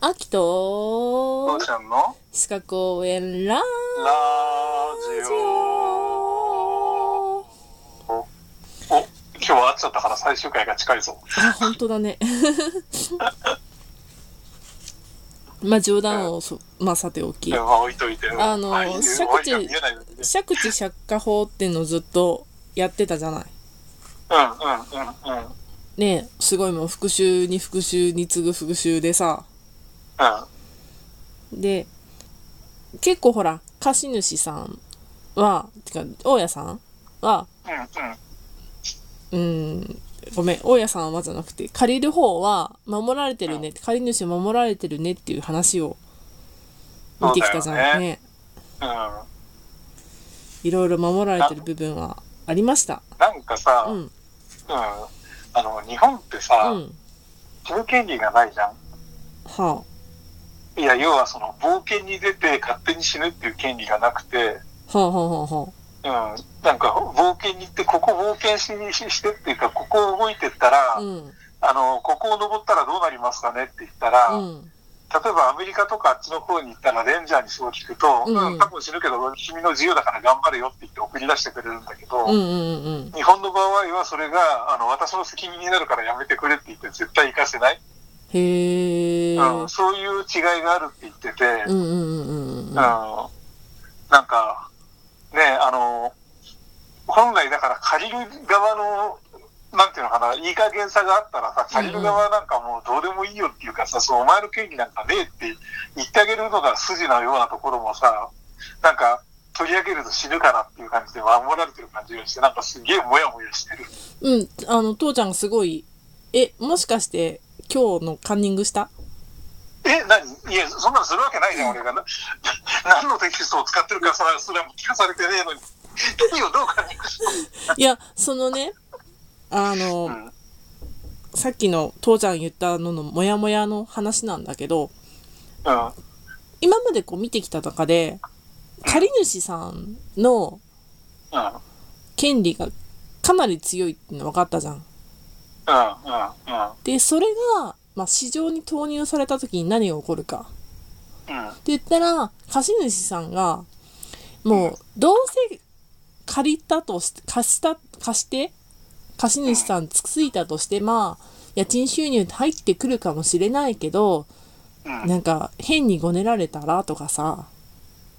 アキと父ちゃんの四角公園ララジジオオお今日は会っちゃったから最終回が近いぞ。あ本当だね まあ冗談をそまあさておき電話置いといて。あのはい借地終わりが見えないのにね借地借家法っていうのをずっとやってたじゃないうんうんうんうん。うん。ねえすごいもう復習に復習に次ぐ復習でさで結構ほら貸主さんはてか大家さんはうんううん。んごめん大家さんはじゃなくて借りる方は守られてるね借り主守られてるねっていう話を見てきたじゃんそうだよねねうん。いろいろ守られてる部分はありましたなんかさ、ううん。んあの、日本ってさう、ん自由権利がないじゃん。はいや、要はその、冒険に出て勝手に死ぬっていう権利がなくて、あはあはあはあはうん、なんか冒険に行って、ここ冒険しにししてっていうか、ここを動いてったら、あうんあの、ここを登ったらどうなりますかねって言ったら、うん例えばアメリカとかあっちの方に行ったらレンジャーにそう聞くと、うんうん、多分死ぬけど、君の自由だから頑張れよって言って送り出してくれるんだけど、うんうんうん日本の場合はそれが、あの、私の責任になるからやめてくれって言って絶対行かせない。へえうん、そういう違いがあるって言ってて、うんうんうんうんうんなんか、ね、あの、本来だから借りる側の、なんていうのかな、いい加減さがあったらさ、借りる側なんかもうどうでもいいよっていうかさ、そのお前の権利なんかねえって言ってあげるのが筋のようなところもさ、なんか取り上げると死ぬからっていう感じで守られてる感じがして、なんかすげえモヤモヤしてる。うんあの父ちゃんがすごいえもしかして今日のカンニングしたえ、何いや、そんなのするわけないじゃん、俺がな。 何のテキストを使ってるかさ、それは聞かされてねえのに。 何をどうかに。いやそのねあの、うんさっきの父ちゃん言ったののモヤモヤの話なんだけどうん。今までこう見てきた中で借り主さんのうんうん権利がかなり強いっていうの分かったじゃん。うでそれが、まあ、市場に投入された時に何が起こるかんうんうんって言ったら貸主さんがもうどうせ借りたとして貸した貸して貸主さんつついたとしてまあ家賃収入入ってくるかもしれないけどうんなんか変にごねられたらとかさ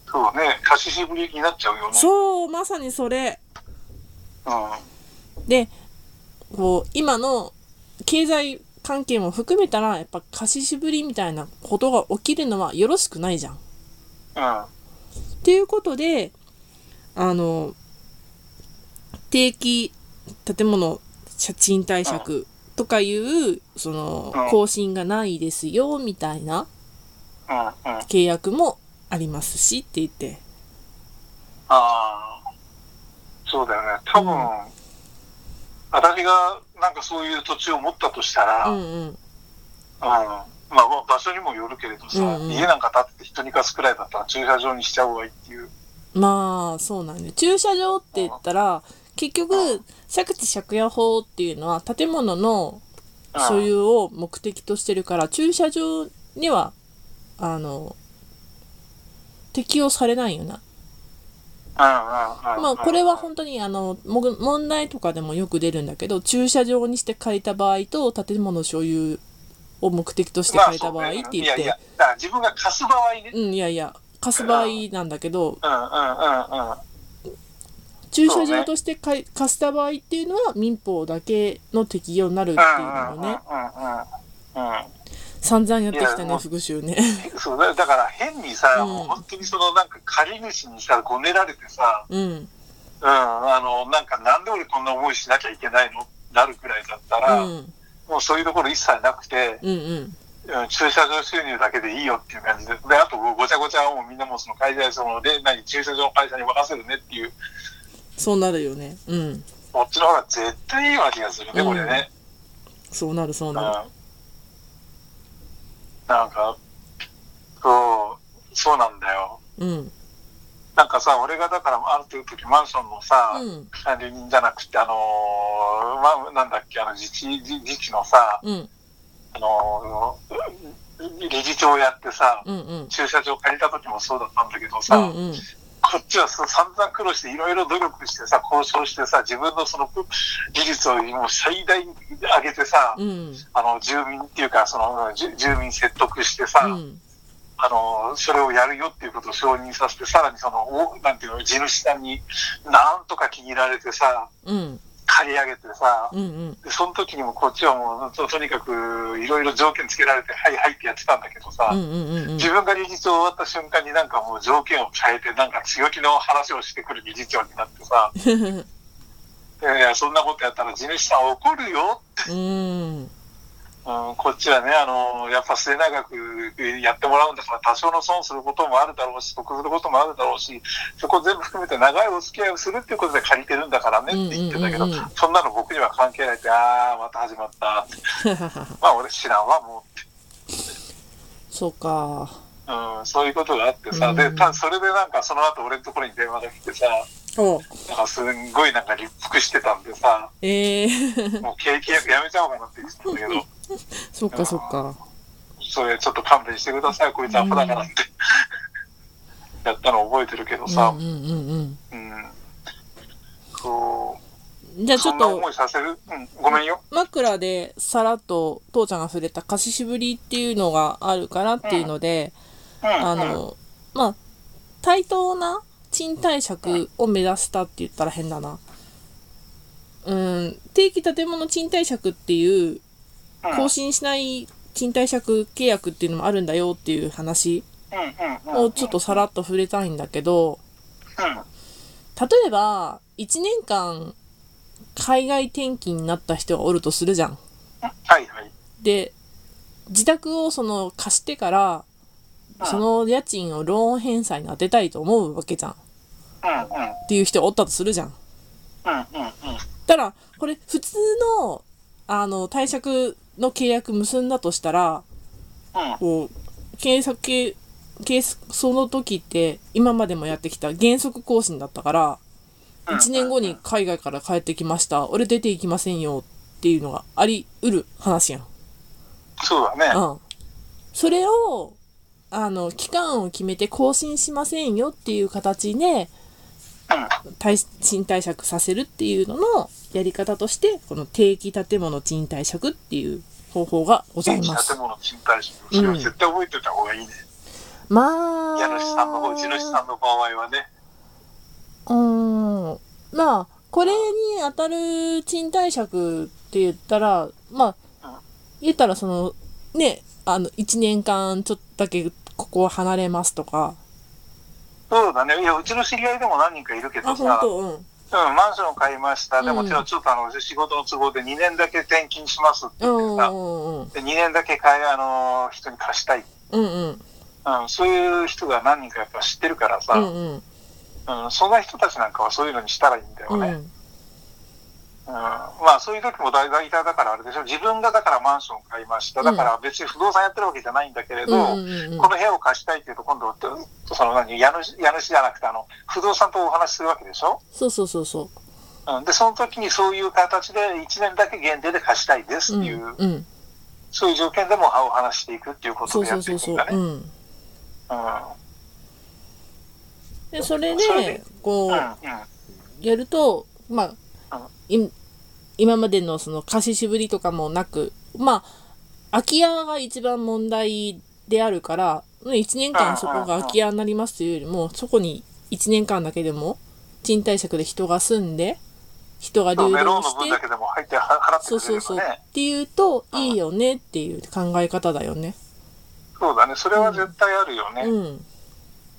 そうね、貸ししぶりになっちゃうよね。そうまさにそれうん。でこう今の経済関係も含めたらやっぱ貸ししぶりみたいなことが起きるのはよろしくないじゃん。うん。っていうことであの定期建物借賃貸借とかいうそのうん更新がないですよみたいなうん。うん。契約もありますしって言ってああー。そうだよね。多分、うん私がなんかそういう土地を持ったとしたら、ううんん。うんまあ、まあ場所にもよるけれどさ、うんうん家なんか建てて人に貸すくらいだったら駐車場にしちゃうわいいっていう。まあそうなんだよ駐車場って言ったら結う局借地借家法っていうのは建物のうん、所う。有を目的としてるから駐車場にはあの適用されないよなうんうんうん。まあ、これはん本当にあのもぐ問題とかでもよく出るんだけど駐車場にして借りた場合と建物所有を目的としてまあ借りた場合ってそうね言っいやいやて、だから自分が貸す場合ね。うんいやいや貸す場合なんだけどうんうんうんうん。駐車場として借り貸した場合っていうのは民法だけの適用になるっていうのをねうんうんうんうんうん。散々やってきたいやね復習ねそうだだから変にさ、うんもう本当にそのなんか借り主にさごねられてさ、うんうん、あのなんかなんで俺こんな思いしなきゃいけないのなるくらいだったうら、んもうそういうところ一切なくて、うんうんうん、駐車場収入だけでいいよっていう感じでであとごちゃごちゃはもうみんなもうその会社そので何駐車場の会社に任せるねっていうそうなるよねうんこっちの方が絶対いいわけがするね、うんこれね、そうなるそううん、なるなんかそうそうなんだようんなんかさ、俺がだから、ある時マンションのさ、うん管理人じゃなくて、あのーまあ、なんだっけ、あの、自治、自自治のさ、うんあのー理事長やってさ、うんうん。駐車場借りた時もそうだったんだけどうさ、んうん。こっちはさ散々苦労していろいろ努力してさ、交渉してさ、自分のその技術をもう最大に上げてさ、うん。あの、住民っていうか、その、住住民説得してさ、うん。あの、それをやるよっていうことを承認させて、さらにその、おなんていうの、地主さんになんとか気に入られてさ、うん。借り上げてさ、うんうん。でその時にもこっちはもうととにかくいろいろ条件つけられて、はいはいってやってたんだけどさ、うんうんうんうん。自分が理事長終わった瞬間になんかもう条件を変えて、なんか強気の話をしてくる理事長になってさ、いやいや、そんなことやったら地主さん怒るよ。うん。うん、こっちはね、あの、やっぱ末永くやってもらうんだから多少の損することもあるだろうし、得することもあるだろうし、そこ全部含めて長いお付き合いをするっていうことで借りてるんだからねって言ってたけど、うんうんうんうんそんなの僕には関係ないって、あー、また始まったって。まあ俺知らんわ、もう。そうか。うん、そういうことがあってさ、うんで、たそれでなんかその後俺のところに電話が来てさ、おなんかすんごいなんか立腹してたんでさ、ええー。もう経験やめちゃおうかなって言ってたんだけど、そうかそうか。それちょっと勘弁してください、こいつアホだからって。やったの覚えてるけどさうん、うんうんうん。そうん。じゃあう、ちそょっんなと思、いさせるうん、ごめんよ。枕でさらっと父ちゃんが触れた貸ししぶりっていうのがあるからっていうので、うん、あうん、の、まあ、対等な賃貸借を目指したって言ったら変だな。うん、定期建物賃貸借っていう、更新しない賃貸借契約っていうのもあるんだよっていう話うん、うん、うん。をちょっとさらっと触れたいんだけど、うん、例えば、1年間、海外転勤になった人がおるとするじゃん。はい、はい。で、自宅をその貸してから、その家賃をローン返済に当てたいと思うわけじゃん。っうていう人がおったとするじゃん。ん、うん、うん、うん、うん。たら、これ普通の、あの、貸借の契約結んだとしたら、うんこう、検索系、計その時って今までもやってきた原則更新だったから、うん1年後に海外から帰ってきました。俺出ていきませんよっていうのがあり得る話やん。そうだね。うん。それを、あの、期間を決めて更新しませんよっていう形で、うん。対賃貸借させるっていうののやり方として、この定期建物賃貸借っていう方法がございます建。物賃貸しそれは絶対覚えておいた方がいいね。まあ、家主さんの方、地主さんの場合はね。うーん。まあ、これに当たる賃貸借って言ったら、まあ、言ったらその、ね、あの、1年間ちょっとだけここを離れますとか。そうだね。いや、うちの知り合いでも何人かいるけあ、ど本さ、当うん。うん、マンションを買いました。でうも、んちょっとあの、仕事の都合で2年だけ転勤しますってう言ってんうさ、んうんで2年だけ買い、あのー、人に貸したい。うんうんうん、そういう人が何人かやっぱ知ってるからさ、ううんんうんそんな人たちなんかはそういうのにしたらいいんだようね。うんんまあそういう時も大体だからあれでしょ、自分がだからマンションを買いました。だから別に不動産やってるわけじゃないんだけれど、うんうんうんこの部屋を貸したいっていうと、今度、その何、家主家主じゃなくて、あの、不動産とお話しするわけでしょ、そうそうそうそうん、で、その時にそういう形で1年だけ限定で貸したいですう。うっていう、んうん。そういう条件でもお話していくっていうこそとうでそやうってそいうくそううんだ。ね。ん。うん。うん。で、それそれでで、こうん。う、やると、まあ、い今までのその貸ししぶりとかもなく、まあ、空き家が一番問題であるから、1年間そこが空き家になりますというよりも、そこに1年間だけでも、賃貸借で人が住んで、人がそう流ね、ローン動のし分てだ、けでも入っては払ってそうくそれうれそばう。っね。ていうと、いいよねっていう考え方だよね。そうだね、それは絶対あるよね。うん。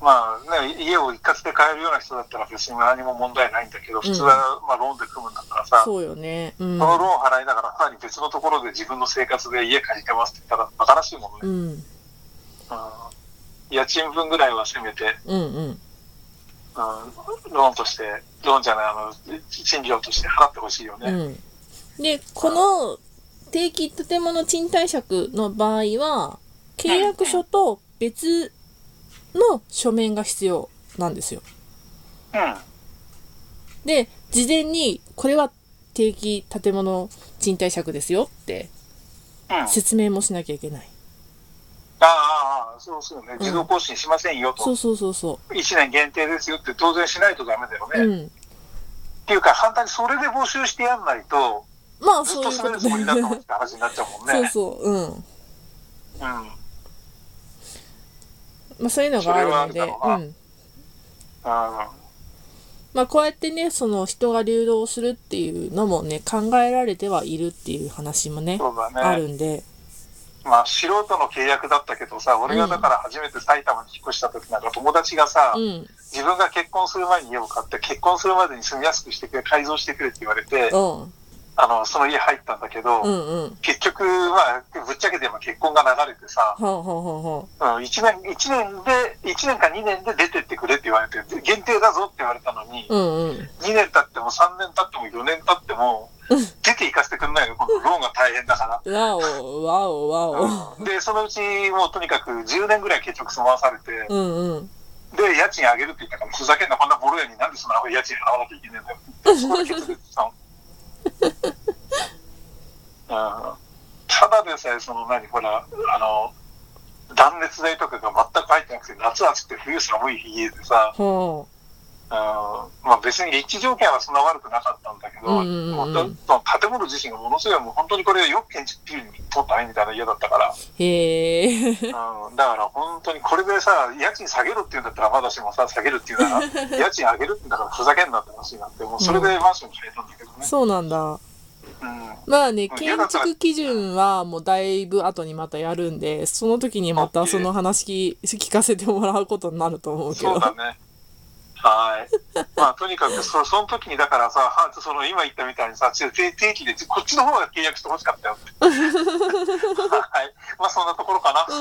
まあね、家を一括で買えるような人だったら別に何も問題ないんだけど、普通は、まあローンで組むんだからさ、そうよね。うんそ。のローン払いながら、さらに別のところで自分の生活で家借りてますって言ったら、馬鹿らしいもんね。うん。うん、家賃分ぐらいはせめて、うんうん。うん、ローンとして、ローンじゃない、あの、賃料として払ってほしいよね。うん、でこの定期建物賃貸借の場合は契約書と別の書面が必要なんですよ。うん。で事前にこれは定期建物賃貸借ですよってうん。説明もしなきゃいけない。あああ、そうそうね。自動更新しませんよそと。うそうそうそ一年限定ですよって当然しないとダメだよう。ね。うっん。ていうか、反対にそれで募集してやんないと、まあ、ずっそとういうこ滑るとつでも。りになったもんって話になっちゃうもんね。 そうそう。うん。うん。まあ、そういうのがあるのそで、れはあうるん。あまあ、こうやってね、その人が流動するっていうのもね、考えられてはいるっていう話もね、そうだねあるんで。まあ、素人の契約だったけどさ、俺がだから初めて埼玉に引っ越した時なんか友達がさ、うん。自分が結婚する前に家を買って、結婚するまでに住みやすくしてくれ、改造してくれって言われて、うん。あの、その家入ったんだけど、うんうん。結局、まあ、ぶっちゃけてまあ結婚が流れてさ、ほうほうほうほうん、1年、一年で、一年か2年で出てってくれって言われて、で限定だぞって言われたのに、う。うんうん。 2年経っても3年経っても4年経っても、出て行かせてくんないの、このローンが大変だから。わお、わお、わうんで、そのうち、もうとにかく10年ぐらい結局住まわされて、お。うんうん。で、家賃上げるって言ったから、ふざけんな、こんなボロ屋になんでそんな家賃払わなきゃいけねえんだよって。そこで決裂したの。うんただでさえ、その何、ほら、あの、断熱材とかが全く入ってなくて、夏暑くて冬寒い家でさ、ほうんまあ別に立地条件はそんな悪くなかったんだけど、うんうんうんもうだ建物自身がものすごい、もう本当にこれよく建築基準に通ったねみたいな家だったから、う。へえ。うんだから本当にこれでさ、家賃下げろって言うんだったら、まだしもさ、下げるって言う なら、家賃上げるってんだからふざけんなって話になって、もうそれでマンションに入ったんだけどね。そうなんだ。うん。まあね、うん建築基準はもうだいぶ後にまたやるんで、その時にまたその話聞聞かせてもらうことになると思うけそうど。だね。 はい。まあ、とにかくそ、その時にだからさ、はその今言ったみたいにさ、ちょ定定 期で、こっちの方が契約してほしかったよって。はい。まあ、そんなところかな。